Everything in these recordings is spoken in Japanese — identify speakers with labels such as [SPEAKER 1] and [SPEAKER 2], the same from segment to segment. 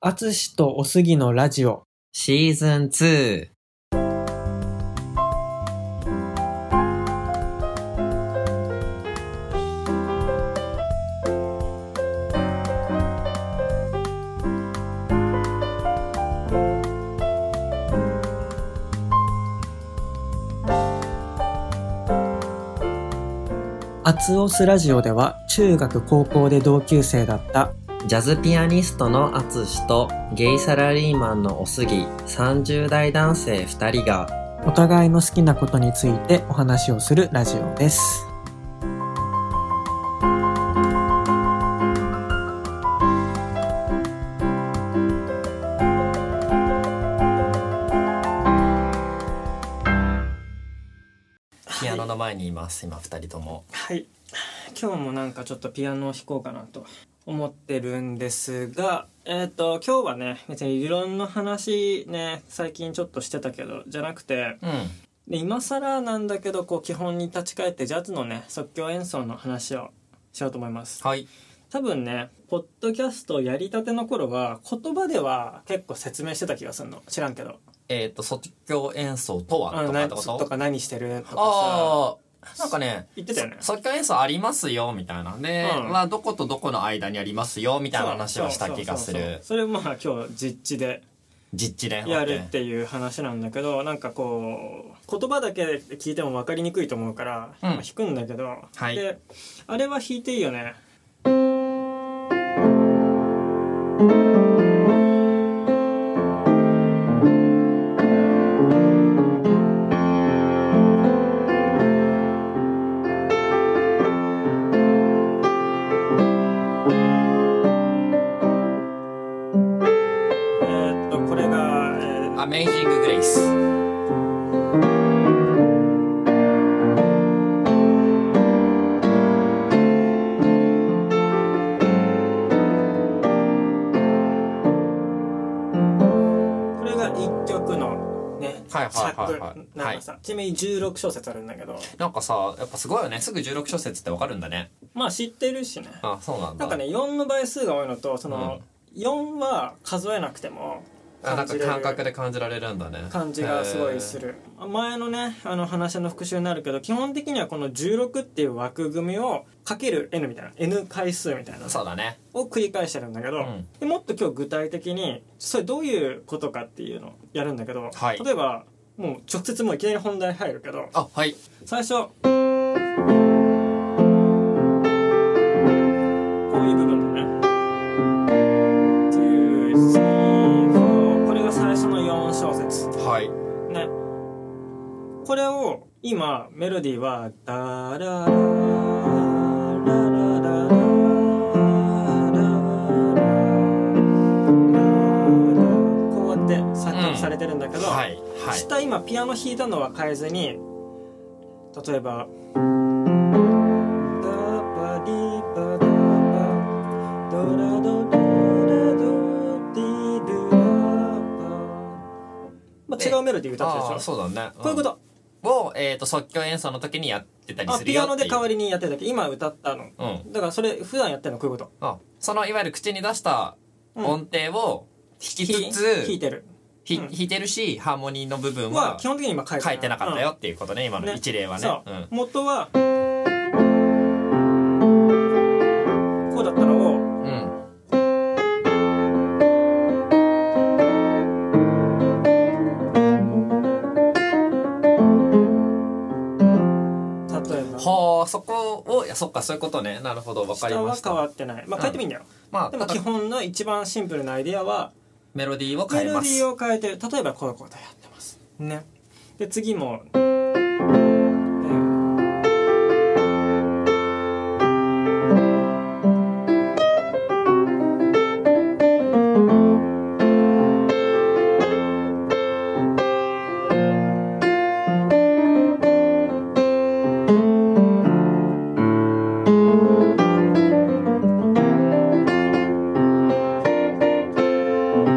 [SPEAKER 1] あつしとおすぎのラジオ。
[SPEAKER 2] シーズン2。
[SPEAKER 1] あつおすラジオでは、中学高校で同級生だった、
[SPEAKER 2] ジャズピアニストのアツシとゲイサラリーマンのおすぎ30代男性2人が
[SPEAKER 1] お互いの好きなことについてお話をするラジオです。
[SPEAKER 2] ピアノの前にいます、今2人とも
[SPEAKER 1] はい。今日もなんかちょっとピアノを弾こうかなと思ってるんですが、えっ、と、今日はね、別に理論の話ね、最近ちょっとしてたけど、じゃなくて、
[SPEAKER 2] うん
[SPEAKER 1] で今更なんだけど、こう基本に立ち返ってジャズのね、即興演奏の話をしようと思います。
[SPEAKER 2] はい
[SPEAKER 1] 多分ね、ポッドキャストやりたての頃は、言葉では結構説明してた気がするの。知らんけど。
[SPEAKER 2] えっ、と即興演奏とは
[SPEAKER 1] う
[SPEAKER 2] と
[SPEAKER 1] ん
[SPEAKER 2] かっ
[SPEAKER 1] な
[SPEAKER 2] て
[SPEAKER 1] と
[SPEAKER 2] こと
[SPEAKER 1] か何してるとか
[SPEAKER 2] ああなんかね
[SPEAKER 1] 言ってたよね
[SPEAKER 2] そ即興演奏ありますよみたいなで、
[SPEAKER 1] うん
[SPEAKER 2] まあどことどこの間にありますよみ
[SPEAKER 1] さ。
[SPEAKER 2] たいな話はした気が
[SPEAKER 1] そ
[SPEAKER 2] す
[SPEAKER 1] うそうそうそう
[SPEAKER 2] る
[SPEAKER 1] それまあ今日実地で
[SPEAKER 2] 実地で
[SPEAKER 1] やるっていう話なんだけどなんかこう言葉だけで聞いても分かりにくいと思うから、
[SPEAKER 2] うん
[SPEAKER 1] まあ弾くんだけど、
[SPEAKER 2] はい
[SPEAKER 1] であれは弾いていいよねえーっとこれが、えー
[SPEAKER 2] アメイジング・グレイス
[SPEAKER 1] これが一曲のね
[SPEAKER 2] はいはいはいはい
[SPEAKER 1] 尺なんかさ、ちなみに16小節あるんだけど
[SPEAKER 2] なんかさやっぱすごいよねすぐ16小節ってわかるんだね
[SPEAKER 1] まあ知ってるしね
[SPEAKER 2] あそうなんだ
[SPEAKER 1] なんかね4の倍数が多いのとその、4は数えなくても
[SPEAKER 2] あな
[SPEAKER 1] 感
[SPEAKER 2] んか
[SPEAKER 1] じれ
[SPEAKER 2] 感覚
[SPEAKER 1] る
[SPEAKER 2] で感じられるんだね
[SPEAKER 1] 感じがすごいす
[SPEAKER 2] る
[SPEAKER 1] る前のねあの話の復習になるけど基本的にはこの16っていう枠組みをかける n みたいな n 回数みたいな
[SPEAKER 2] そうだね
[SPEAKER 1] を繰り返してるんだけど、
[SPEAKER 2] うん
[SPEAKER 1] でもっと今日具体的にそれどういうことかっていうのをやるんだけど、
[SPEAKER 2] はい
[SPEAKER 1] 例えばもう直接もういきなり本題入るけど
[SPEAKER 2] あはい
[SPEAKER 1] 最初こういう部分だね。Two, three, four これが最初の4小節
[SPEAKER 2] はい
[SPEAKER 1] ねこれを今メロディーは「ダララララララララララ」こうやって作曲されてるんだけど、
[SPEAKER 2] はいはい
[SPEAKER 1] 下今ピアノ弾いたのは変えずに例えば「ダバリバダバドラドドラドディルラバ」まあ、
[SPEAKER 2] で
[SPEAKER 1] 違うメロディー歌ってた
[SPEAKER 2] あ
[SPEAKER 1] でしょ
[SPEAKER 2] そうだね
[SPEAKER 1] こういうこと、
[SPEAKER 2] とをえっと即興演奏の時にやってたり
[SPEAKER 1] あ
[SPEAKER 2] する
[SPEAKER 1] ピ
[SPEAKER 2] よ
[SPEAKER 1] アノで代わ
[SPEAKER 2] り
[SPEAKER 1] りにやってるだけ今歌ったの
[SPEAKER 2] うん
[SPEAKER 1] だからそれ普段やってるのこういうこと
[SPEAKER 2] あそのいわゆる口に出した
[SPEAKER 1] うん
[SPEAKER 2] 音程を弾きつ
[SPEAKER 1] 弾い
[SPEAKER 2] つ
[SPEAKER 1] てる
[SPEAKER 2] ひ
[SPEAKER 1] うん
[SPEAKER 2] 弾いてるしハーモニーの部分
[SPEAKER 1] は
[SPEAKER 2] は
[SPEAKER 1] 基本的に今変えて
[SPEAKER 2] 書いてなかったよっていうことね今の
[SPEAKER 1] ね
[SPEAKER 2] 一例はね
[SPEAKER 1] そううん元はこうだったのを
[SPEAKER 2] うん
[SPEAKER 1] 例えば
[SPEAKER 2] はあそこをいやそっかそういうことねなるほどわかり
[SPEAKER 1] 下
[SPEAKER 2] ま
[SPEAKER 1] は
[SPEAKER 2] し
[SPEAKER 1] 変わ
[SPEAKER 2] た
[SPEAKER 1] ってないまあ
[SPEAKER 2] うん
[SPEAKER 1] 変えてもいいんだよ、
[SPEAKER 2] ま
[SPEAKER 1] でも
[SPEAKER 2] あ
[SPEAKER 1] 基本の一番シンプルなアイディアは
[SPEAKER 2] メロディーを
[SPEAKER 1] メ
[SPEAKER 2] 変え
[SPEAKER 1] ロ
[SPEAKER 2] ま
[SPEAKER 1] ディ
[SPEAKER 2] す
[SPEAKER 1] ーを変えて例えばこういうことやってますねで次も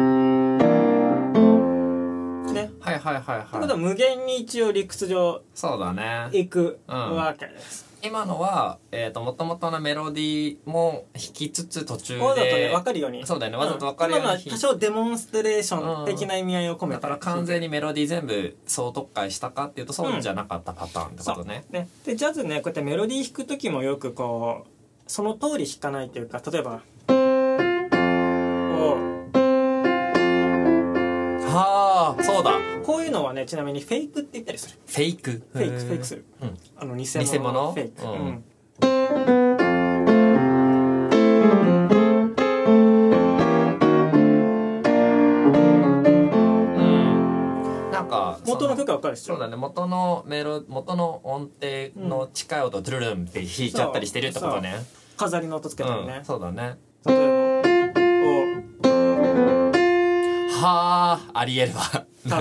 [SPEAKER 1] ねというこ
[SPEAKER 2] はいはいはいは
[SPEAKER 1] と
[SPEAKER 2] い
[SPEAKER 1] は無限に一応理屈上
[SPEAKER 2] そうだね
[SPEAKER 1] 行く
[SPEAKER 2] うん
[SPEAKER 1] わけです、
[SPEAKER 2] 今のは、えー、と元々のメロディーも弾きつつ途中で
[SPEAKER 1] わざとね分かるように
[SPEAKER 2] そうだよねわざと分かるよ
[SPEAKER 1] ん
[SPEAKER 2] うに
[SPEAKER 1] 今のは
[SPEAKER 2] 弾
[SPEAKER 1] い
[SPEAKER 2] て
[SPEAKER 1] 多少デモンストレーション的な意味合いを込め
[SPEAKER 2] だ
[SPEAKER 1] て
[SPEAKER 2] から完全にメロディー全部総特化したかっていうとそうじゃなかったパターンってことね。
[SPEAKER 1] ね、でジャズねこうやってメロディー弾く時もよくこうその通り弾かないというか例えばこ
[SPEAKER 2] はあそうだ
[SPEAKER 1] う
[SPEAKER 2] フ
[SPEAKER 1] こういうのはねちなみにフェイクって言ったりする
[SPEAKER 2] ェイク
[SPEAKER 1] フ
[SPEAKER 2] フ
[SPEAKER 1] ェイクフェイクする
[SPEAKER 2] うん、
[SPEAKER 1] あの偽
[SPEAKER 2] 偽
[SPEAKER 1] 物
[SPEAKER 2] 物
[SPEAKER 1] のフェイク、
[SPEAKER 2] うん
[SPEAKER 1] うん
[SPEAKER 2] うん、なんか
[SPEAKER 1] 元の
[SPEAKER 2] そ
[SPEAKER 1] 曲は分かるでしょ
[SPEAKER 2] そうだね元のメロ元の音程の近い音をドゥルルンって弾いちゃったりしてるってことね。
[SPEAKER 1] 飾りの音つけたり
[SPEAKER 2] う
[SPEAKER 1] ね
[SPEAKER 2] ん、、そうだね。
[SPEAKER 1] 例えばこ
[SPEAKER 2] はあありえるわ。
[SPEAKER 1] う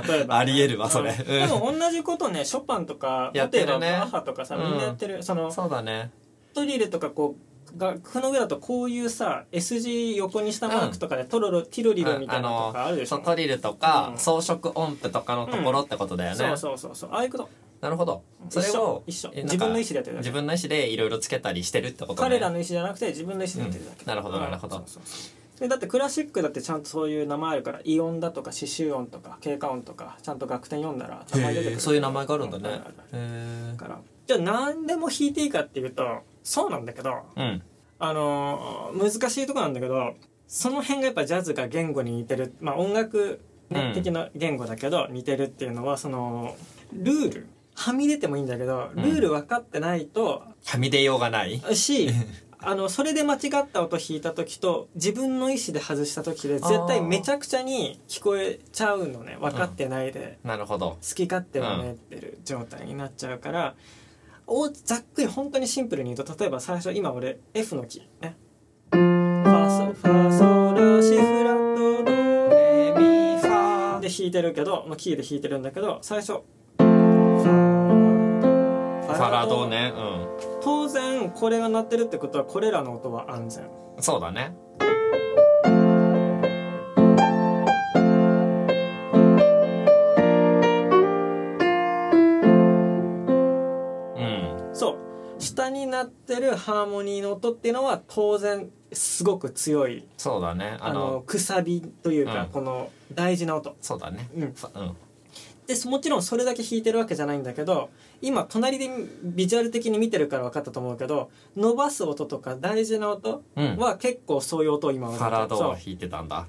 [SPEAKER 1] 例えば、
[SPEAKER 2] ありえるわそれ。
[SPEAKER 1] うん
[SPEAKER 2] う
[SPEAKER 1] で
[SPEAKER 2] ん
[SPEAKER 1] も同じことねショパンとか
[SPEAKER 2] やってるね
[SPEAKER 1] 例えばバッハとかさみんなやってる、その
[SPEAKER 2] そうだね。
[SPEAKER 1] トリルとかこう楽譜の上だとこういうさ S 字横にしたマークとかでトロロティロリロみたいなのとかあるでしょ、
[SPEAKER 2] そうトリルとか、
[SPEAKER 1] うん
[SPEAKER 2] 装飾音符とかのところってことだよね。
[SPEAKER 1] そうそうそうそうああいうこと
[SPEAKER 2] なるほど。それを
[SPEAKER 1] 一緒一緒
[SPEAKER 2] えなんか
[SPEAKER 1] 自分の意思でやってるだけ
[SPEAKER 2] 自分の意思でいろいろつけたりしてるってことね。
[SPEAKER 1] 彼らの意思じゃなくて自分の意思でやってるだけ、
[SPEAKER 2] うんなるほど
[SPEAKER 1] うん
[SPEAKER 2] なるほど
[SPEAKER 1] そうそうそうでだってクラシックだってちゃんとそういう名前あるからイオンだとか刺繍音とか経過音とかちゃんと楽天読んだら名前出てく
[SPEAKER 2] へー
[SPEAKER 1] る
[SPEAKER 2] そういう名前があるんだ
[SPEAKER 1] う
[SPEAKER 2] ね
[SPEAKER 1] あるあ。る
[SPEAKER 2] へ
[SPEAKER 1] だからじゃあ何でも弾いていいかっていうとそうなんだけど
[SPEAKER 2] え。うん。
[SPEAKER 1] あのー難しいとこなんだけどその辺がやっぱジャズが言語に似てる、まあ、音楽、ね
[SPEAKER 2] うん
[SPEAKER 1] 的な言語だけど似てるっていうのはそのルールはみ出てもいいんだけどルール分かってないと、
[SPEAKER 2] はみ出ようがない。
[SPEAKER 1] しあのそれで間違った音弾いた時と自分の意思で外した時で絶対めちゃくちゃに聞こえちゃうのね分かってないで、
[SPEAKER 2] なるほど。
[SPEAKER 1] 好き勝手をねってる状態になっちゃうから、おざっくり本当にシンプルに言うと例えば最初今俺 F のキーねファソファソラシフラッドド
[SPEAKER 2] レミファ
[SPEAKER 1] で弾いてるけどのキーで弾いてるんだけど最初フ
[SPEAKER 2] フ
[SPEAKER 1] ァ
[SPEAKER 2] ァラドね。う
[SPEAKER 1] 当然これが鳴ってるってことはこれらの音は安全
[SPEAKER 2] ん。そうだね。うん。
[SPEAKER 1] そう下になってるハーモニーの音っていうのは当然すごく強い
[SPEAKER 2] そうだね。
[SPEAKER 1] あ
[SPEAKER 2] あの
[SPEAKER 1] のくさびというか、
[SPEAKER 2] うん
[SPEAKER 1] この大事な音
[SPEAKER 2] そうだね。
[SPEAKER 1] うん
[SPEAKER 2] ふうん。
[SPEAKER 1] でもちろんそれだけ弾いてるわけじゃないんだけど今隣でビジュアル的に見てるから分かったと思うけど伸ばす音とか大事な音
[SPEAKER 2] うん。フ
[SPEAKER 1] は結構そういう音を今は
[SPEAKER 2] ァラド
[SPEAKER 1] そ
[SPEAKER 2] を
[SPEAKER 1] う
[SPEAKER 2] 弾いてたんだ。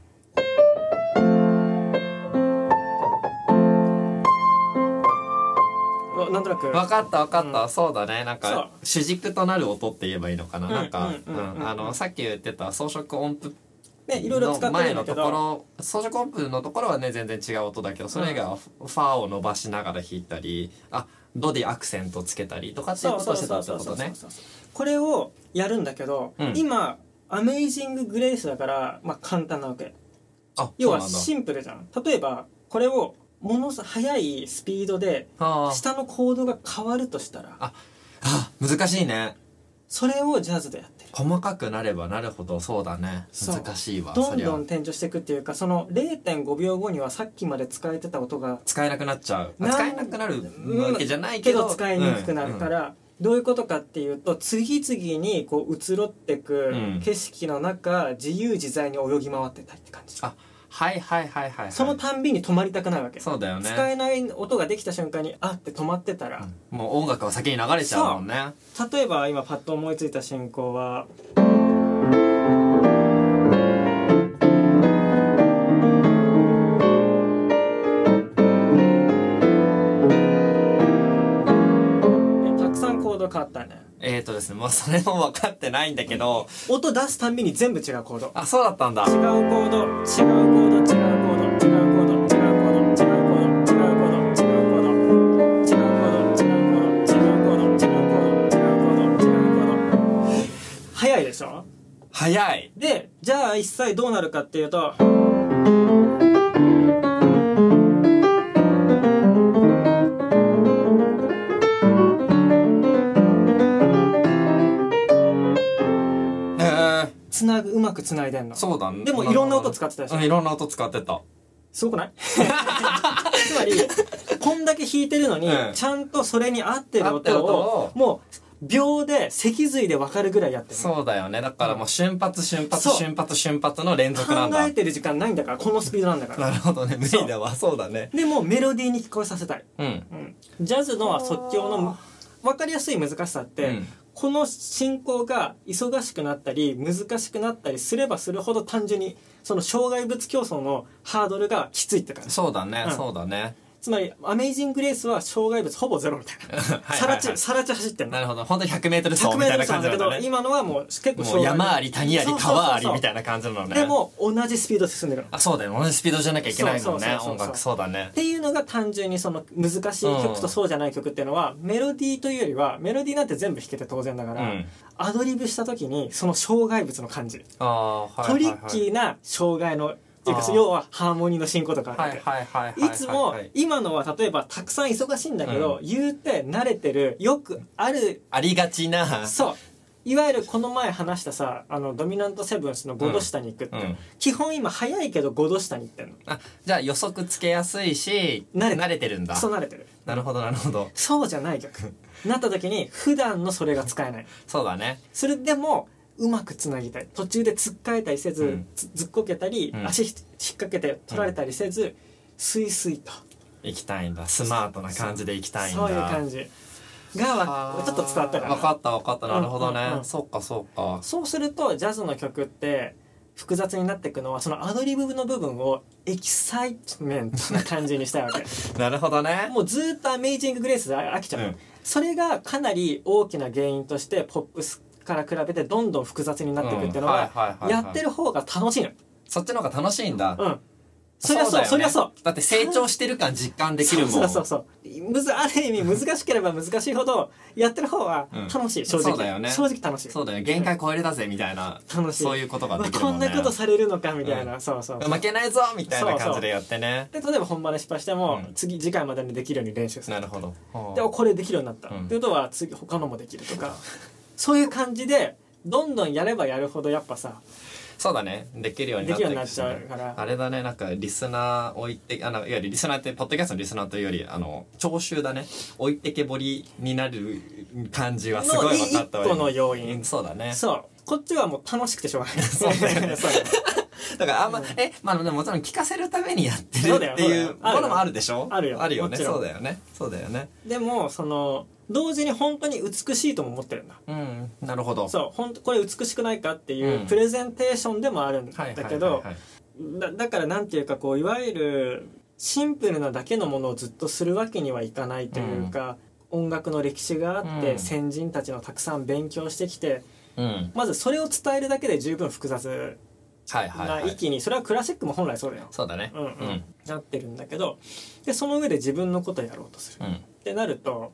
[SPEAKER 1] おなんとなく
[SPEAKER 2] わかったわかった、そうだねなん
[SPEAKER 1] そ
[SPEAKER 2] か
[SPEAKER 1] う
[SPEAKER 2] 主軸となる音って言えばいいのかな、
[SPEAKER 1] うん
[SPEAKER 2] なんか、う
[SPEAKER 1] うんうんうん
[SPEAKER 2] んあのさっき言ってた装飾音符
[SPEAKER 1] ねいろいろ使
[SPEAKER 2] の
[SPEAKER 1] ってるん
[SPEAKER 2] 前
[SPEAKER 1] だ
[SPEAKER 2] の
[SPEAKER 1] け
[SPEAKER 2] とこ
[SPEAKER 1] ど
[SPEAKER 2] ろ装飾音符のところはね全然違う音だけどそれ以外はフファーを伸ばしながら弾いたりあドでアクセントつけたりとかっていうことをしてたってことね
[SPEAKER 1] そうそうこれをやるんだけど、
[SPEAKER 2] うん
[SPEAKER 1] 今アメイジング・グレイスだから、まあ、簡単なわけ
[SPEAKER 2] あ
[SPEAKER 1] 要
[SPEAKER 2] そう
[SPEAKER 1] は
[SPEAKER 2] なんだ
[SPEAKER 1] シンプルじゃん例えばこれをものす速いスピードで
[SPEAKER 2] あー
[SPEAKER 1] 下のコードが変わるとしたら
[SPEAKER 2] ああ難しいね
[SPEAKER 1] それをジャズでやってる
[SPEAKER 2] 細かくなればなるほどそうだね
[SPEAKER 1] そう
[SPEAKER 2] 難しいわ
[SPEAKER 1] ど
[SPEAKER 2] そ
[SPEAKER 1] ん
[SPEAKER 2] り
[SPEAKER 1] ど
[SPEAKER 2] ゃ
[SPEAKER 1] ん転調していくっていうかその0.5秒後にはさっきまで使えてた音が
[SPEAKER 2] 使えなくなっちゃう
[SPEAKER 1] なん
[SPEAKER 2] 使えなくなるわけじゃないけ
[SPEAKER 1] け
[SPEAKER 2] ど、
[SPEAKER 1] ど使いにくくなるからら、どういうことかっていうと次々にこう移ろってく
[SPEAKER 2] うん
[SPEAKER 1] 景色の中、自由自在に泳ぎ回ってたいって感じ
[SPEAKER 2] あはいはいはいはい、はい、
[SPEAKER 1] そのたんびに止まりたくないわけ、
[SPEAKER 2] そうだよね
[SPEAKER 1] 使えない音ができた瞬間にあって止まってたら、
[SPEAKER 2] もう音楽は先に流れちゃうもんね
[SPEAKER 1] 例えば今パッと思いついた進行はねたくさんコード変わったね
[SPEAKER 2] えーとですねもうそれも分かってないんだけど
[SPEAKER 1] 音出すたんびに全部違うコード
[SPEAKER 2] あそうだったんだ
[SPEAKER 1] 違うコード違うコード違うコード違うコード違うコード違うコード違うコード違うコード違うコード違うコード違うコード違うコード違うコード違うコード違うコード早いでしょ
[SPEAKER 2] 早い
[SPEAKER 1] でじゃあ一切どうなるかっていうと
[SPEAKER 2] えー、
[SPEAKER 1] つなぐうまくつないでんの
[SPEAKER 2] そうだね
[SPEAKER 1] でもいろんな音使ってたでしょ
[SPEAKER 2] うんいろんな音使ってた
[SPEAKER 1] すごくないつまりこんだけ弾いてるのに、
[SPEAKER 2] うん
[SPEAKER 1] ちゃんとそれに合ってる
[SPEAKER 2] 合ってる
[SPEAKER 1] 音
[SPEAKER 2] 音
[SPEAKER 1] を
[SPEAKER 2] を
[SPEAKER 1] もう秒で脊髄で分かるぐらいやってる
[SPEAKER 2] そうだよねだからもう瞬発瞬発
[SPEAKER 1] そう
[SPEAKER 2] 瞬発瞬発の連続なん
[SPEAKER 1] 考
[SPEAKER 2] だ
[SPEAKER 1] えてる時間ないんだからこのスピードなんだから
[SPEAKER 2] なるほどね無理だわそうだね
[SPEAKER 1] でもうメロディーに聞こえさせたい、
[SPEAKER 2] うん
[SPEAKER 1] うん、ジャズのは即興の分かりやすい難しさって、
[SPEAKER 2] うん
[SPEAKER 1] この進行が忙しくなったり難しくなったりすればするほど単純にその障害物競争のハードルがきついって感じ
[SPEAKER 2] そうだね、
[SPEAKER 1] うん
[SPEAKER 2] そうだね
[SPEAKER 1] つまり「アメイジング・レース」は障害物ほぼゼロみたいな
[SPEAKER 2] はい
[SPEAKER 1] さらち
[SPEAKER 2] はい
[SPEAKER 1] さらち走ってんの
[SPEAKER 2] なるほど本当百 100m 走
[SPEAKER 1] 100m
[SPEAKER 2] みたい
[SPEAKER 1] 走
[SPEAKER 2] な
[SPEAKER 1] なん
[SPEAKER 2] 感じ
[SPEAKER 1] だ
[SPEAKER 2] な
[SPEAKER 1] け
[SPEAKER 2] ん
[SPEAKER 1] ど、
[SPEAKER 2] だね
[SPEAKER 1] 今のはもう結構
[SPEAKER 2] もう
[SPEAKER 1] 障害
[SPEAKER 2] 山あり谷あり川ありみ
[SPEAKER 1] い
[SPEAKER 2] たいな感じなのね
[SPEAKER 1] でも同じスピードで進んでるの
[SPEAKER 2] あそうだよ同じスピードじゃなきゃいけないもん
[SPEAKER 1] そ
[SPEAKER 2] ね
[SPEAKER 1] うそうそうそう
[SPEAKER 2] 音楽そうだね
[SPEAKER 1] っていうのが単純にその難しい曲とそうじゃない曲っていうのは、メロディーというよりはメロディーなんて全部弾けて当然だか
[SPEAKER 2] う
[SPEAKER 1] ら、
[SPEAKER 2] ん
[SPEAKER 1] アドリブした時にその障害物の感じ、
[SPEAKER 2] ああはいはいはい
[SPEAKER 1] トリッキーな障害のっていうか
[SPEAKER 2] あー
[SPEAKER 1] 要はハーモニーの進行とかあるわ
[SPEAKER 2] は
[SPEAKER 1] け
[SPEAKER 2] いはいはいは
[SPEAKER 1] い
[SPEAKER 2] い
[SPEAKER 1] つも
[SPEAKER 2] はい
[SPEAKER 1] 今のは例えばたくさん忙しいんだけど、言うて慣れてるよくある
[SPEAKER 2] ありがちな
[SPEAKER 1] そういわゆるこの前話したさあのドミナントセブンスの5度下に行くって、
[SPEAKER 2] うん
[SPEAKER 1] 基本今早いけど5度下に行ってんの
[SPEAKER 2] あじゃあ予測つけやすいし
[SPEAKER 1] 慣れて
[SPEAKER 2] てるんだ
[SPEAKER 1] クソ慣れてる
[SPEAKER 2] なるほどなるほど
[SPEAKER 1] そうじゃない 逆なった時に普段のそれが使えない
[SPEAKER 2] そうだね
[SPEAKER 1] それでもうまくつなぎたい途中でつっかえたりせず、
[SPEAKER 2] うん
[SPEAKER 1] つずっこけたり、
[SPEAKER 2] うん
[SPEAKER 1] 足ひ引っ掛けて取られたりせず、スイスイと
[SPEAKER 2] 行きたいんだスマートな感じで行きたいんだ
[SPEAKER 1] そういう感じがわ
[SPEAKER 2] あー
[SPEAKER 1] ちょっと伝わったかな
[SPEAKER 2] わかったわかったなるほどね、
[SPEAKER 1] うんうんうん
[SPEAKER 2] そうかそうか
[SPEAKER 1] そうするとジャズの曲って複雑になっていくのはそのアドリブの部分をエキサイトメントな感じにしたいわけ
[SPEAKER 2] なるほどね
[SPEAKER 1] もうずーっと「アメイジング・グレース」で飽きちゃう、
[SPEAKER 2] うん
[SPEAKER 1] それがかなり大きな原因としてポップスから比べてどんどん複雑になっていくっていうの
[SPEAKER 2] うんはいはい
[SPEAKER 1] は
[SPEAKER 2] はいはい
[SPEAKER 1] やってる方が楽しいの
[SPEAKER 2] そっちの方が楽しいんだ、
[SPEAKER 1] うんそりゃそう
[SPEAKER 2] だよね
[SPEAKER 1] そりゃそう
[SPEAKER 2] だって成長してる感実感できるもん
[SPEAKER 1] そうそうそうむずある意味難しければ難しいほどやってる方は楽しい、
[SPEAKER 2] うん
[SPEAKER 1] 正直
[SPEAKER 2] そうだよね
[SPEAKER 1] 正直楽しい
[SPEAKER 2] そうだよ限界超えれたぜみたいな
[SPEAKER 1] 楽しい
[SPEAKER 2] そういうことができる
[SPEAKER 1] うわこん
[SPEAKER 2] もんね
[SPEAKER 1] なことされるのかみたいな、そうそう
[SPEAKER 2] 負けないぞみたいな感じでやってね
[SPEAKER 1] で例えば本番で失敗しても、
[SPEAKER 2] うん
[SPEAKER 1] 次次回までにできるように練習する
[SPEAKER 2] なるほど
[SPEAKER 1] でおこれできるようになった、
[SPEAKER 2] うん
[SPEAKER 1] ってことは次他のもできるとかそういう感じでどんどんやればやるほどやっぱさ
[SPEAKER 2] そうだねできるようになっていくしね
[SPEAKER 1] できるようになっちゃうから
[SPEAKER 2] あれだねなんかリスナー置いてあのいわゆるリスナーってポッドキャストのリスナーというよりあの聴衆だね置いてけぼりになる感じはすごい分かったわ
[SPEAKER 1] の一個の要因
[SPEAKER 2] うんそうだね
[SPEAKER 1] そうこっちはもう楽しくてしょうがない
[SPEAKER 2] そうだ よね
[SPEAKER 1] そうよ
[SPEAKER 2] だからあんま、えまあでももちろん聞かせるためにやってる
[SPEAKER 1] そう
[SPEAKER 2] っ
[SPEAKER 1] だよ
[SPEAKER 2] ていう
[SPEAKER 1] そうだよ
[SPEAKER 2] ものもあるでしょ
[SPEAKER 1] あるよ
[SPEAKER 2] あるよ
[SPEAKER 1] も
[SPEAKER 2] ね
[SPEAKER 1] ちろん
[SPEAKER 2] そうだよねそうだよね
[SPEAKER 1] でもその同時に本当に美しいとも思ってるんだ
[SPEAKER 2] うんなるほど
[SPEAKER 1] そう本当これ美しくないかっていううんプレゼンテーションでもあるんだ
[SPEAKER 2] はいはいはい
[SPEAKER 1] け
[SPEAKER 2] はい
[SPEAKER 1] どだだからなんていうかこういわゆるシンプルなだけのものをずっとするわけにはいかないというか、音楽の歴史があって、
[SPEAKER 2] うん
[SPEAKER 1] 先人たちのたくさん勉強してきて
[SPEAKER 2] うん
[SPEAKER 1] まずそれを伝えるだけで十分複雑
[SPEAKER 2] はいはい
[SPEAKER 1] な
[SPEAKER 2] はい
[SPEAKER 1] 域に、それはクラシックも本来そうだよ、
[SPEAKER 2] そうだね
[SPEAKER 1] うんうん
[SPEAKER 2] うん
[SPEAKER 1] なってるんだけどでその上で自分のことをやろうとする。
[SPEAKER 2] うん
[SPEAKER 1] ってなると、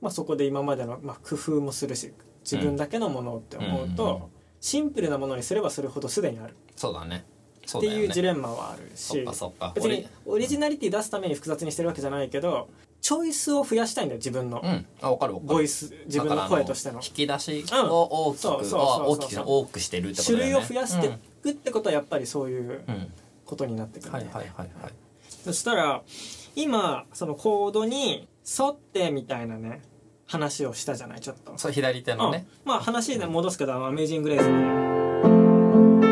[SPEAKER 1] まあ、そこで今までの、まあ、工夫もするし自分だけのものって思うと、
[SPEAKER 2] うんうんうん
[SPEAKER 1] シンプルなものにすればするほどすでにある
[SPEAKER 2] そうだねそ
[SPEAKER 1] っ
[SPEAKER 2] う
[SPEAKER 1] て
[SPEAKER 2] だよ
[SPEAKER 1] いうジ
[SPEAKER 2] ね
[SPEAKER 1] レンマはある
[SPEAKER 2] そ
[SPEAKER 1] し、
[SPEAKER 2] っかそっか
[SPEAKER 1] 別にオリジナリティ出すために複雑にしてるわけじゃないけどチョイスを増やしたいんだよ自分の
[SPEAKER 2] うんあわかるわかる
[SPEAKER 1] ボイス自分の
[SPEAKER 2] だからあ
[SPEAKER 1] 声としての
[SPEAKER 2] 引き出しを大きく、
[SPEAKER 1] そうそうそう
[SPEAKER 2] あ大
[SPEAKER 1] そう
[SPEAKER 2] き
[SPEAKER 1] そう
[SPEAKER 2] く多くしてるってこと
[SPEAKER 1] 種
[SPEAKER 2] だよね
[SPEAKER 1] 類を増やしていくってことはやっぱりそういう
[SPEAKER 2] うん、うん
[SPEAKER 1] ことになってくるんだ
[SPEAKER 2] はい
[SPEAKER 1] よね
[SPEAKER 2] はいはいはい
[SPEAKER 1] そしたら今そのコードに沿ってみたいなね話をしたじゃないちょっと
[SPEAKER 2] そう左手のね、
[SPEAKER 1] うん、まあ話で戻すけど「アメイジング・レース」の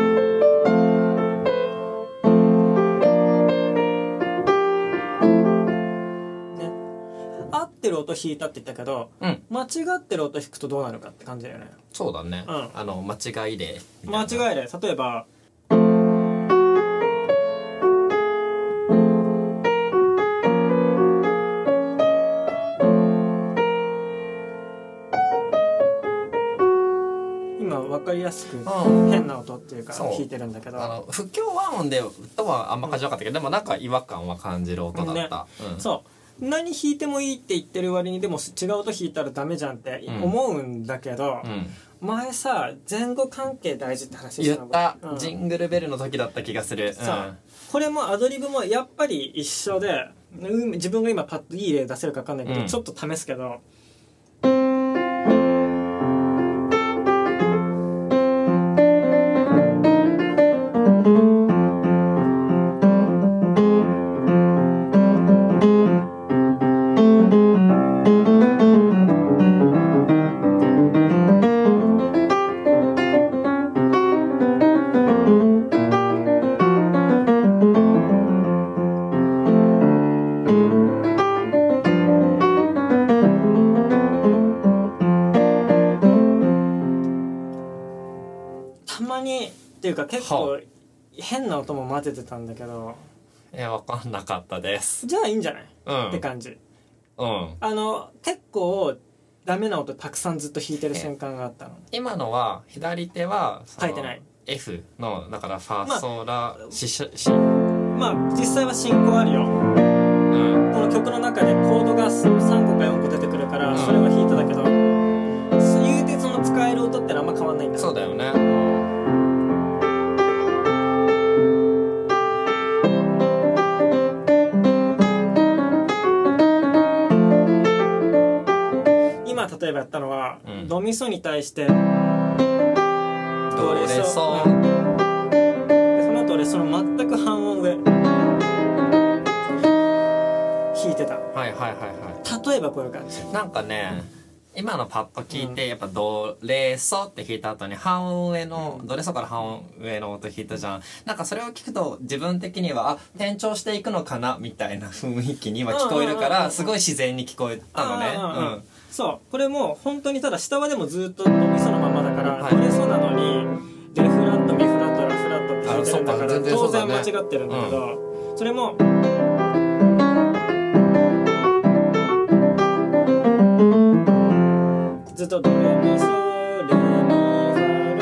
[SPEAKER 1] ね合ってる音弾いたって言ったけど
[SPEAKER 2] うん、
[SPEAKER 1] 間違ってる音弾くとどうなるかって感じだよね
[SPEAKER 2] そうだね、
[SPEAKER 1] うん
[SPEAKER 2] あの間違いで
[SPEAKER 1] 間
[SPEAKER 2] い
[SPEAKER 1] 違いで例えば今分かりやすく
[SPEAKER 2] うん
[SPEAKER 1] 変な音っていうか
[SPEAKER 2] そう
[SPEAKER 1] 弾いてるんだけど
[SPEAKER 2] あの不協和音でとはあんま感じなかったけど、でもなんか違和感は感じる音だった、うん
[SPEAKER 1] そう何弾いてもいいって言ってる割にでも違う音弾いたらダメじゃんって
[SPEAKER 2] うん
[SPEAKER 1] 思うんだけど、
[SPEAKER 2] うん、
[SPEAKER 1] 前さ前後関係大事って話し
[SPEAKER 2] 言
[SPEAKER 1] たの
[SPEAKER 2] った、
[SPEAKER 1] うん
[SPEAKER 2] ジングルベルの時だった気がする、
[SPEAKER 1] そうこれもアドリブもやっぱり一緒で、うん自分が今パッといい例出せるか分かんないけど、
[SPEAKER 2] うん
[SPEAKER 1] ちょっと試すけど。いうか結構変な音も混ぜてたんだけど
[SPEAKER 2] いや分かんなかったです
[SPEAKER 1] じゃあいいんじゃない、
[SPEAKER 2] うん
[SPEAKER 1] って感じ
[SPEAKER 2] うん
[SPEAKER 1] あの結構ダメな音たくさんずっと弾いてる瞬間があったの
[SPEAKER 2] 今のは左手はその
[SPEAKER 1] 書いてない
[SPEAKER 2] F のだからファ
[SPEAKER 1] まあ
[SPEAKER 2] ソラシシシ
[SPEAKER 1] まあ実際は進行あるよ
[SPEAKER 2] うん
[SPEAKER 1] この曲の中でコードが3個か4個出てくるから
[SPEAKER 2] うん
[SPEAKER 1] それは弾いただけど、そう言うてその使える音ってのはあんま変わんないんだ
[SPEAKER 2] そうだよね
[SPEAKER 1] 今例えばやったのは、
[SPEAKER 2] うん
[SPEAKER 1] ドミソに対して
[SPEAKER 2] どれそ
[SPEAKER 1] うんでその後俺その全く半音上弾いてた
[SPEAKER 2] はいはいはいは
[SPEAKER 1] 例えばこういう感じ
[SPEAKER 2] いなんかね今のパッと聞いてやっぱ「ドレソ」って弾いた後に半音上のドレソから半音上の音弾いたじゃんなんかそれを聞くと自分的にはあ転調していくのかなみたいな雰囲気には聞こ
[SPEAKER 1] うんう
[SPEAKER 2] えるか
[SPEAKER 1] んうんう
[SPEAKER 2] ら
[SPEAKER 1] ん
[SPEAKER 2] すごい自然に聞こえたのね
[SPEAKER 1] うんうんうん
[SPEAKER 2] うん
[SPEAKER 1] そうこれも本当にただ下はでもずっとドミソのままだから、
[SPEAKER 2] はい
[SPEAKER 1] ドレソなのにレフラットミフラットラフラットって弾いてるんだから
[SPEAKER 2] あそうか全然そ
[SPEAKER 1] 当
[SPEAKER 2] うだ
[SPEAKER 1] 然
[SPEAKER 2] ね
[SPEAKER 1] 間違ってるんだけど、それもずっとドレミソレミファ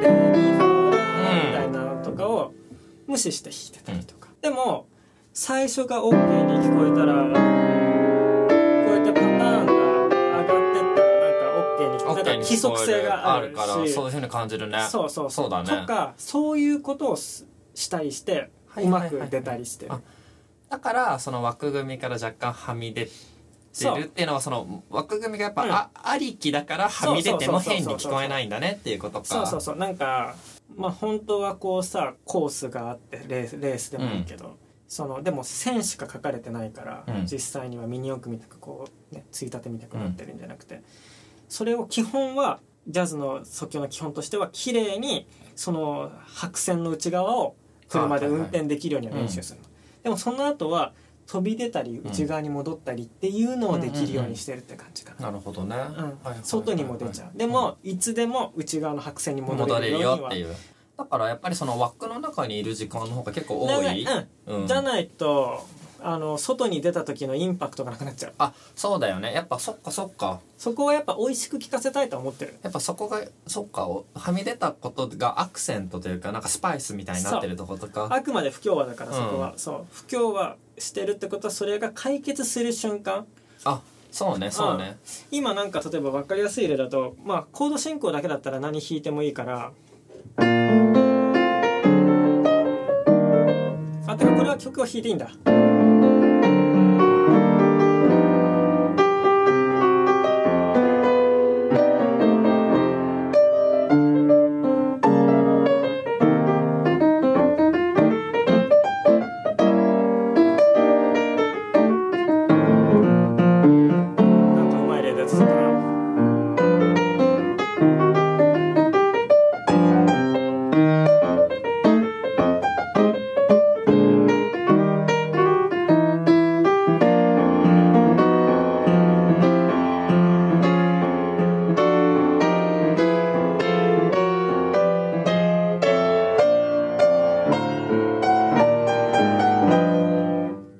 [SPEAKER 1] ラレミファラみたいなのとかを無視して弾いてたりとか、でも最初が OK に聞こえたらこういったパターンが上がってったらなんか OK に聞こえなんか規則性があるし
[SPEAKER 2] からそういうふうに感じるね
[SPEAKER 1] そうそう
[SPEAKER 2] そうだね
[SPEAKER 1] とかそういうことをすしたりして
[SPEAKER 2] は
[SPEAKER 1] う
[SPEAKER 2] いはい
[SPEAKER 1] ま
[SPEAKER 2] はいはい
[SPEAKER 1] く出たりしてる
[SPEAKER 2] あだからその枠組みから若干はみ出て
[SPEAKER 1] そう
[SPEAKER 2] るっていうのはその枠組みがやっぱ、
[SPEAKER 1] うん
[SPEAKER 2] あありきだからはみ出て
[SPEAKER 1] そうそうそ
[SPEAKER 2] も
[SPEAKER 1] うそう
[SPEAKER 2] 変に聞こえないんだねっていうことか
[SPEAKER 1] そうそうそうなんかまあ本当はこうさコースがあってレースレースでもいいけど、そのでも線しか書かれてないから、
[SPEAKER 2] うん
[SPEAKER 1] 実際にはミニ四駆みたくこうねついたてみたくなってるんじゃなくて、それを基本はジャズの即興の基本としては綺麗にその白線の内側を車で運転できるようには練習するの、でもその後は飛び出たり内側に戻ったりっていうのをできるようにしてるって感じかな、
[SPEAKER 2] なるほどね、
[SPEAKER 1] うん、外にも出ち
[SPEAKER 2] ゃ
[SPEAKER 1] ゃうでもいつでも内側の白線に戻
[SPEAKER 2] 戻
[SPEAKER 1] れ
[SPEAKER 2] れ
[SPEAKER 1] る
[SPEAKER 2] る
[SPEAKER 1] ように
[SPEAKER 2] よ
[SPEAKER 1] は
[SPEAKER 2] っていうだからやっぱりその枠の中にいる時間の方が結構多
[SPEAKER 1] 長い
[SPEAKER 2] い、
[SPEAKER 1] うん
[SPEAKER 2] うん
[SPEAKER 1] じゃないとあの外に出た時のインパクトがなくなっちゃう
[SPEAKER 2] あそうだよねやっぱそっかそっか
[SPEAKER 1] そこはやっぱ美味しく聞かせたいとは思ってる
[SPEAKER 2] やっぱそこがそっかおはみ出たことがアクセントというかなんかスパイスみたいになってるとことか
[SPEAKER 1] あくまで不協和だから
[SPEAKER 2] うん
[SPEAKER 1] そこは、そう不協和してるってことはそれが解決する瞬間
[SPEAKER 2] あそうねそうね、
[SPEAKER 1] 今なんか例えば分かりやすい例だとまあコード進行だけだったら何弾いてもいいからあてかこれは曲を弾いていいんだなんかうまい例出てたから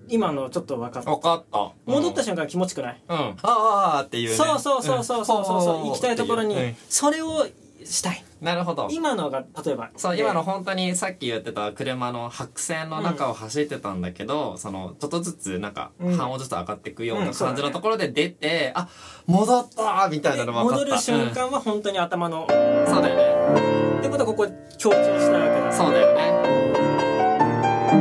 [SPEAKER 1] 今のちょっと分かった
[SPEAKER 2] 分かった
[SPEAKER 1] 戻った
[SPEAKER 2] し、
[SPEAKER 1] 瞬間気持ちよくない
[SPEAKER 2] うん、ああっていう、ね、
[SPEAKER 1] そうそうそうそうそうそうそう行きたいところ
[SPEAKER 2] うん
[SPEAKER 1] にそれをしたい
[SPEAKER 2] なるほど
[SPEAKER 1] 今のが例えば
[SPEAKER 2] そう今の本当にさっき言ってた車の白線の中を走ってたんだけど、そのちょっとずつなんか
[SPEAKER 1] うん
[SPEAKER 2] 半音ずつ上がっていくよう
[SPEAKER 1] うん
[SPEAKER 2] な
[SPEAKER 1] そうだね
[SPEAKER 2] 感じのところで出て、あ戻ったみたい
[SPEAKER 1] で
[SPEAKER 2] なの分かった
[SPEAKER 1] 戻る瞬、間は本当に頭の、っ
[SPEAKER 2] うんそうだよね
[SPEAKER 1] てことはここ強調したいわけだ
[SPEAKER 2] そうだよね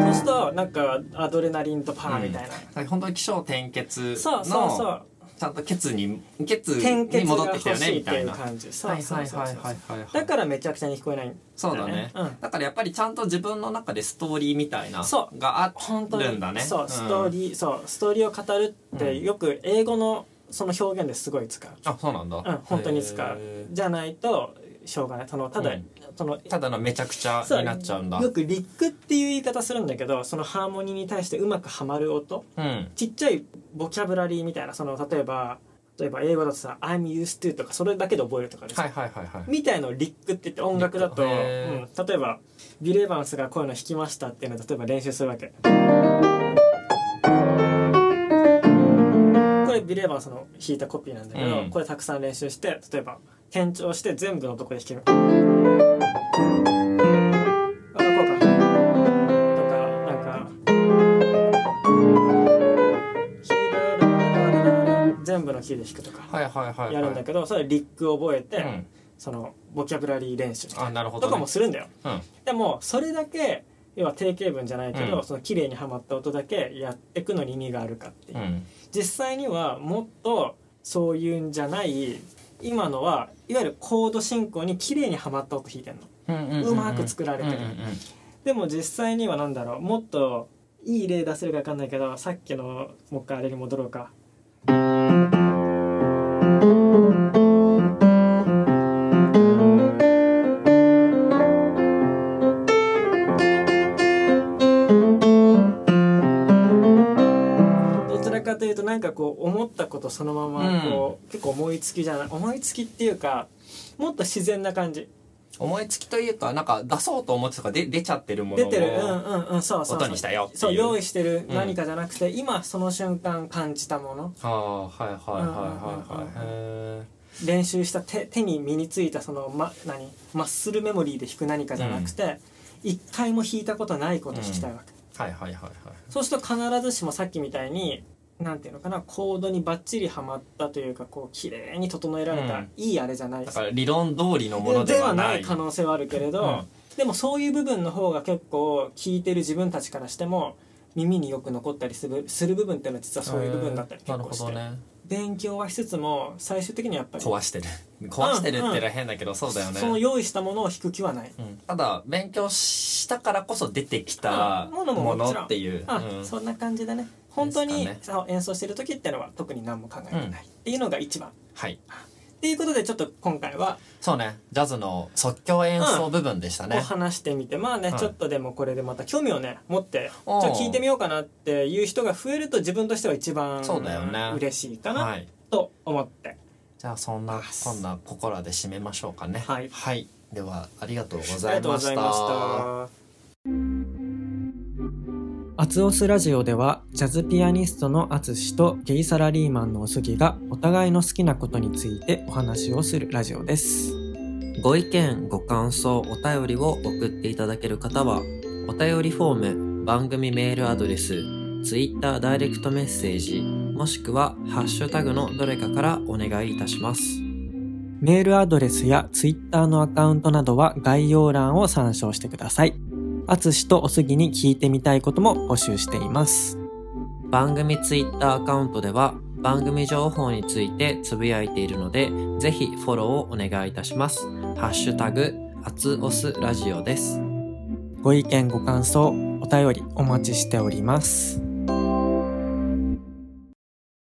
[SPEAKER 1] そうするとなんかアドレナリンとパーみたいな、
[SPEAKER 2] 本当に起承転結
[SPEAKER 1] そうそうそ
[SPEAKER 2] の
[SPEAKER 1] う
[SPEAKER 2] ちゃんと血に血
[SPEAKER 1] 転
[SPEAKER 2] に
[SPEAKER 1] 結
[SPEAKER 2] 戻っ
[SPEAKER 1] が
[SPEAKER 2] て
[SPEAKER 1] 欲
[SPEAKER 2] きたよ
[SPEAKER 1] し
[SPEAKER 2] ね
[SPEAKER 1] い
[SPEAKER 2] み
[SPEAKER 1] って
[SPEAKER 2] た
[SPEAKER 1] い
[SPEAKER 2] いうな
[SPEAKER 1] 感じそう
[SPEAKER 2] はい
[SPEAKER 1] そ
[SPEAKER 2] は
[SPEAKER 1] う
[SPEAKER 2] い
[SPEAKER 1] そう
[SPEAKER 2] はい
[SPEAKER 1] そ
[SPEAKER 2] は
[SPEAKER 1] う
[SPEAKER 2] いはい
[SPEAKER 1] だからめちゃくちゃに聞こえない
[SPEAKER 2] そうだね、
[SPEAKER 1] うん
[SPEAKER 2] だからやっぱりちゃんと自分の中でストーリーみたいな
[SPEAKER 1] そう
[SPEAKER 2] があ
[SPEAKER 1] 本当
[SPEAKER 2] る
[SPEAKER 1] に
[SPEAKER 2] んだね
[SPEAKER 1] そう、ストー
[SPEAKER 2] ー
[SPEAKER 1] リーそうストーリーを語るってよく英語のその表現ですごい使う
[SPEAKER 2] あそうなんだ
[SPEAKER 1] うん、本当に使う
[SPEAKER 2] へー
[SPEAKER 1] じゃないとしょうがないそのただ、
[SPEAKER 2] うん
[SPEAKER 1] その
[SPEAKER 2] ただのめちゃくちゃ
[SPEAKER 1] そう
[SPEAKER 2] になっちゃうんだ
[SPEAKER 1] よくリックっていう言い方するんだけどそのハーモニーに対してうまくはまる音
[SPEAKER 2] うん
[SPEAKER 1] ちっちゃいボキャブラリーみたいなその例えば例えば英語だとさ「I'm used to」とかそれだけで覚えるとかです、
[SPEAKER 2] はいはいはいはい
[SPEAKER 1] みたいのをリックって言って音楽だと、う
[SPEAKER 2] リッ
[SPEAKER 1] ん、
[SPEAKER 2] クへ
[SPEAKER 1] 例えばビル・エヴァンスがこういうの弾きましたっていうのを例えば練習するわけこれビル・エヴァンスの弾いたコピーなんだけど、
[SPEAKER 2] うん
[SPEAKER 1] これたくさん練習して例えば転調して全部のとこで弾けるあこうかとかなんか全部のキーで弾くとか
[SPEAKER 2] はいはいはいはい
[SPEAKER 1] やるんだけどそれリックを覚えて、
[SPEAKER 2] うん
[SPEAKER 1] そのボキャブラリー練習
[SPEAKER 2] あなるほど
[SPEAKER 1] と
[SPEAKER 2] ね
[SPEAKER 1] かもするんだよ、
[SPEAKER 2] うん
[SPEAKER 1] でもそれだけ要は定型文じゃないけど、
[SPEAKER 2] うん
[SPEAKER 1] その綺麗にはまった音だけやってくのに意味があるかっていう、
[SPEAKER 2] うん
[SPEAKER 1] 実際にはもっとそういうんじゃない今のはいわゆるコード進行に綺麗にはまった音弾いてんの
[SPEAKER 2] うんうんんん
[SPEAKER 1] うまく作られてる
[SPEAKER 2] うんうんうん
[SPEAKER 1] でも実際には何だろうもっといい例出せるか分かんないけどさっきのもう一回あれに戻ろうかどちらかというとなんかこう思ったことそのままこう、結構思いつきじゃない思いつきっていうかもっと自然な感じ
[SPEAKER 2] 思いつきというかなんか出そうと思ってたからで出ちゃってるもの
[SPEAKER 1] 出
[SPEAKER 2] を
[SPEAKER 1] てるうんうんうんそうそうそう
[SPEAKER 2] 音にしたよっていう
[SPEAKER 1] そう用意してる
[SPEAKER 2] うん
[SPEAKER 1] 何かじゃなくて、今その瞬間感じたもの
[SPEAKER 2] ああはいはいはいはいはいへー
[SPEAKER 1] 練習した手手に身についたその、ま、何マッスルメモリーで弾く何かじゃなくて、一回も弾いたことないこと弾きたいわけ、
[SPEAKER 2] はいはいはいはい
[SPEAKER 1] そうすると必ずしもさっきみたいになんていうのかなコードにバッチリはまったというかこう綺麗に整えられた、
[SPEAKER 2] うん
[SPEAKER 1] いいあれじゃない
[SPEAKER 2] だから理論通りのもので
[SPEAKER 1] で
[SPEAKER 2] は
[SPEAKER 1] は
[SPEAKER 2] な
[SPEAKER 1] ないい可能性はあるけれど、
[SPEAKER 2] うん
[SPEAKER 1] でもそういう部分の方が結構聞いてる自分たちからしても耳によく残ったりするする部分っていうのは実はそういう部分だったり結
[SPEAKER 2] なる
[SPEAKER 1] 構
[SPEAKER 2] ほ
[SPEAKER 1] し
[SPEAKER 2] ど
[SPEAKER 1] て、
[SPEAKER 2] ね
[SPEAKER 1] 勉強はしつつも最終的にはやっぱり
[SPEAKER 2] 壊してる壊してるって言ったら変だけど、そうだよね
[SPEAKER 1] その用意したものを弾く気はない。
[SPEAKER 2] うんただ勉強したからこそ出てきた
[SPEAKER 1] う
[SPEAKER 2] も
[SPEAKER 1] んものももちろん
[SPEAKER 2] のっていう、
[SPEAKER 1] あ、
[SPEAKER 2] うん
[SPEAKER 1] そんな感じだね本当に、
[SPEAKER 2] です
[SPEAKER 1] あ演奏してる時ってのは特に何も考えてない、っていうのが一番。
[SPEAKER 2] はい
[SPEAKER 1] っていうことでちょっと今回は
[SPEAKER 2] そうねジャズの即興演奏部分でした
[SPEAKER 1] こう
[SPEAKER 2] ね、
[SPEAKER 1] 話してみて、まあね、
[SPEAKER 2] はい
[SPEAKER 1] ちょっとでもこれでまた興味をね持ってちょ
[SPEAKER 2] お
[SPEAKER 1] っ
[SPEAKER 2] う
[SPEAKER 1] と聞いてみようかなっていう人が増えると自分としては一番
[SPEAKER 2] そうだよね
[SPEAKER 1] 嬉しいかな
[SPEAKER 2] はい
[SPEAKER 1] と思って、
[SPEAKER 2] じゃあそんなこんなここらで締めましょうかね
[SPEAKER 1] はい
[SPEAKER 2] ではありがとうご
[SPEAKER 1] あ
[SPEAKER 2] ざ
[SPEAKER 1] りが
[SPEAKER 2] い
[SPEAKER 1] とうご
[SPEAKER 2] まし
[SPEAKER 1] ざい
[SPEAKER 2] た
[SPEAKER 1] ました。アツオスラジオではジャズピアニストのアツシとゲイサラリーマンのおすぎがお互いの好きなことについてお話をするラジオです。
[SPEAKER 3] ご意見、ご感想、お便りを送っていただける方は、お便りフォーム、番組メールアドレス、Twitter ダイレクトメッセージ、もしくは、ハッシュタグのどれかからお願いいたします。
[SPEAKER 1] メールアドレスやツイッターのアカウントなどは概要欄を参照してください。あつしとおすぎに聞いてみたいことも募集しています。
[SPEAKER 3] 番組 Twitter アカウントでは、番組情報についてつぶやいているので、ぜひフォローをお願いいたします。ハッシュタグ、アツオスラジオです。
[SPEAKER 1] ご意見ご感想、お便りお待ちしております。